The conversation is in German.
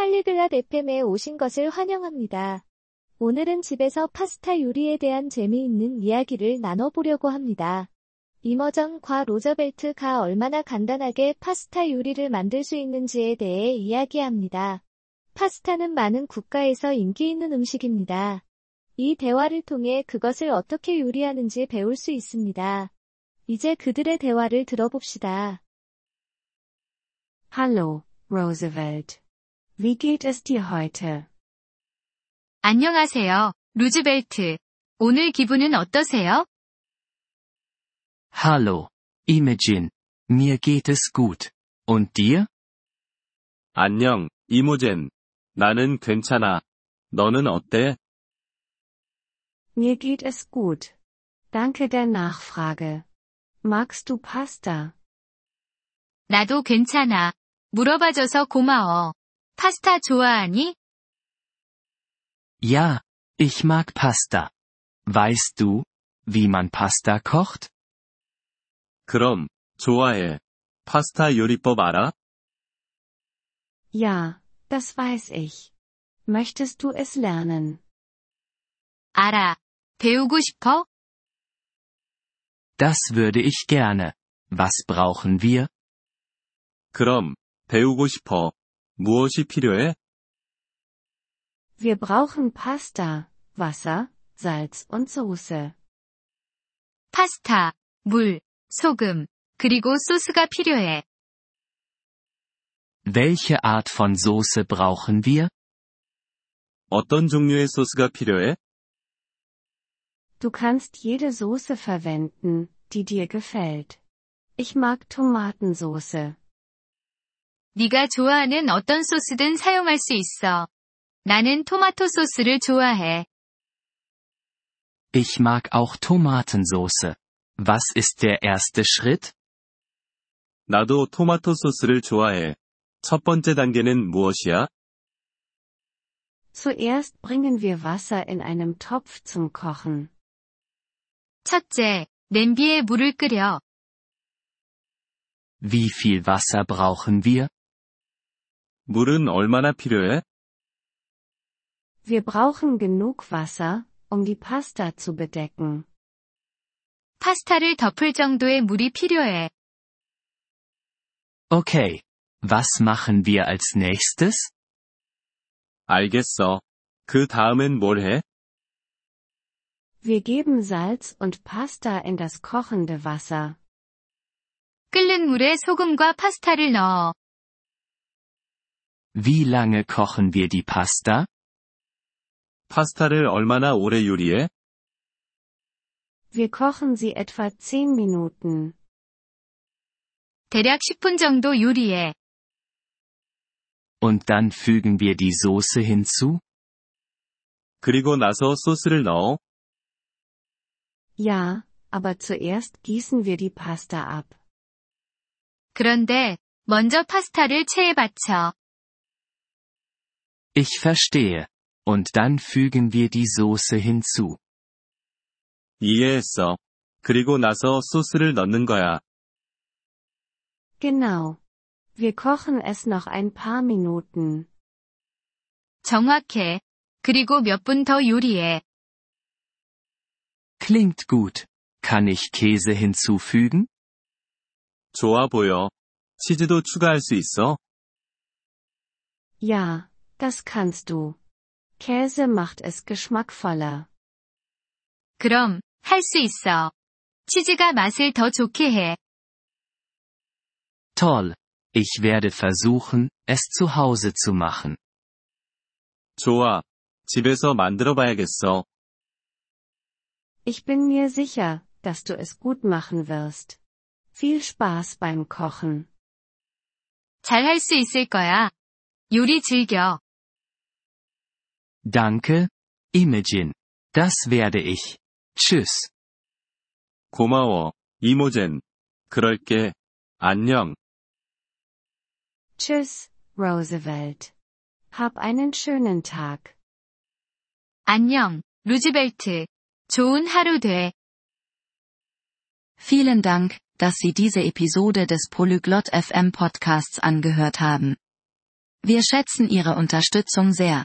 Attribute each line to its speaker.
Speaker 1: 찰리글랏 FM에 오신 것을 환영합니다. 오늘은 집에서 파스타 요리에 대한 재미있는 이야기를 나눠보려고 합니다. 이머전과 로저벨트가 얼마나 간단하게 파스타 요리를 만들 수 있는지에 대해 이야기합니다. 파스타는 많은 국가에서 인기 있는 음식입니다. 이 대화를 통해 그것을 어떻게 요리하는지 배울 수 있습니다. 이제 그들의 대화를 들어봅시다.
Speaker 2: Hallo, Roosevelt. Wie geht es dir heute?
Speaker 3: 안녕하세요, 루즈벨트. 오늘 기분은 어떠세요?
Speaker 4: Hallo, Imogen. Mir geht es gut. Und dir?
Speaker 5: 안녕, 이모젠. 나는 괜찮아. 너는 어때?
Speaker 2: Mir geht es gut. Danke der Nachfrage. Magst du Pasta?
Speaker 3: 나도 괜찮아. 물어봐줘서 고마워. 파스타 좋아하니?
Speaker 4: Ja, ich mag Pasta. Weißt du, wie man Pasta kocht?
Speaker 5: 그럼, 좋아해. 파스타 요리법 알아?
Speaker 2: Ja, das weiß ich. Möchtest du es lernen?
Speaker 3: 알아. 배우고 싶어?
Speaker 4: Das würde ich gerne. Was brauchen wir?
Speaker 5: 그럼, 배우고 싶어. 무엇이 필요해?
Speaker 2: Wir brauchen Pasta, Wasser, Salz und Soße.
Speaker 3: 파스타, 물, 소금, 그리고 소스가 필요해.
Speaker 4: Welche Art von Soße brauchen wir?
Speaker 5: 어떤 종류의 소스가 필요해?
Speaker 2: Du kannst jede Soße verwenden, die dir gefällt. Ich mag Tomatensoße.
Speaker 3: 네가 좋아하는 어떤 소스든 사용할 수 있어. 나는 토마토 소스를 좋아해.
Speaker 4: Ich mag auch Tomatensoße. Was ist der erste Schritt?
Speaker 5: 나도 토마토 소스를 좋아해. 첫 번째 단계는 무엇이야?
Speaker 2: Zuerst bringen wir Wasser in einem Topf zum Kochen.
Speaker 3: 첫째, 냄비에 물을 끓여.
Speaker 4: Wie viel Wasser brauchen wir?
Speaker 5: 물은 얼마나 필요해?
Speaker 2: Wir brauchen genug Wasser, um die Pasta zu bedecken.
Speaker 3: 파스타를 덮을 정도의 물이 필요해.
Speaker 4: Okay. Was machen wir als nächstes?
Speaker 5: 알겠어. 그 다음엔 뭘 해?
Speaker 2: Wir geben Salz und Pasta in das kochende Wasser.
Speaker 3: 끓는 물에 소금과 파스타를 넣어.
Speaker 4: Wie lange kochen wir die Pasta?
Speaker 5: 파스타를 얼마나 오래 요리해?
Speaker 2: Wir kochen sie etwa 10 Minuten.
Speaker 3: 대략 10분 정도 요리해.
Speaker 4: Und dann fügen wir die Soße hinzu?
Speaker 5: 그리고 나서 소스를 넣어.
Speaker 2: Ja, aber zuerst gießen wir die Pasta ab.
Speaker 3: 그런데 먼저 파스타를 체에 받쳐.
Speaker 4: Ich verstehe. Und dann fügen wir die Soße hinzu.
Speaker 5: 이해했어. 그리고 나서 소스를 넣는 거야.
Speaker 2: Genau. Wir kochen es noch ein paar Minuten.
Speaker 3: 정확해. 그리고 몇 분 더 요리해.
Speaker 4: Klingt gut. Kann ich Käse hinzufügen?
Speaker 5: 좋아 보여. 치즈도 추가할 수 있어?
Speaker 2: Ja, das kannst du. Käse macht es geschmackvoller.
Speaker 3: 그럼 할 수 있어. 치즈가 맛을 더 좋게 해.
Speaker 4: Toll. Ich werde versuchen, es zu Hause zu machen.
Speaker 5: 좋아. 집에서 만들어 봐야겠어.
Speaker 2: Ich bin mir sicher, dass du es gut machen wirst. Viel Spaß beim Kochen.
Speaker 3: 잘 할 수 있을 거야. 요리 즐겨.
Speaker 4: Danke, Imogen. Das werde ich. Tschüss.
Speaker 5: 고마워. 이모젠. 그럴게. 안녕.
Speaker 2: Tschüss, Roosevelt. Hab einen schönen Tag.
Speaker 3: 안녕, 루즈벨트. 좋은 하루 돼.
Speaker 6: Vielen Dank, dass Sie diese Episode des Polyglot FM Podcasts angehört haben.
Speaker 3: Wir schätzen Ihre Unterstützung sehr.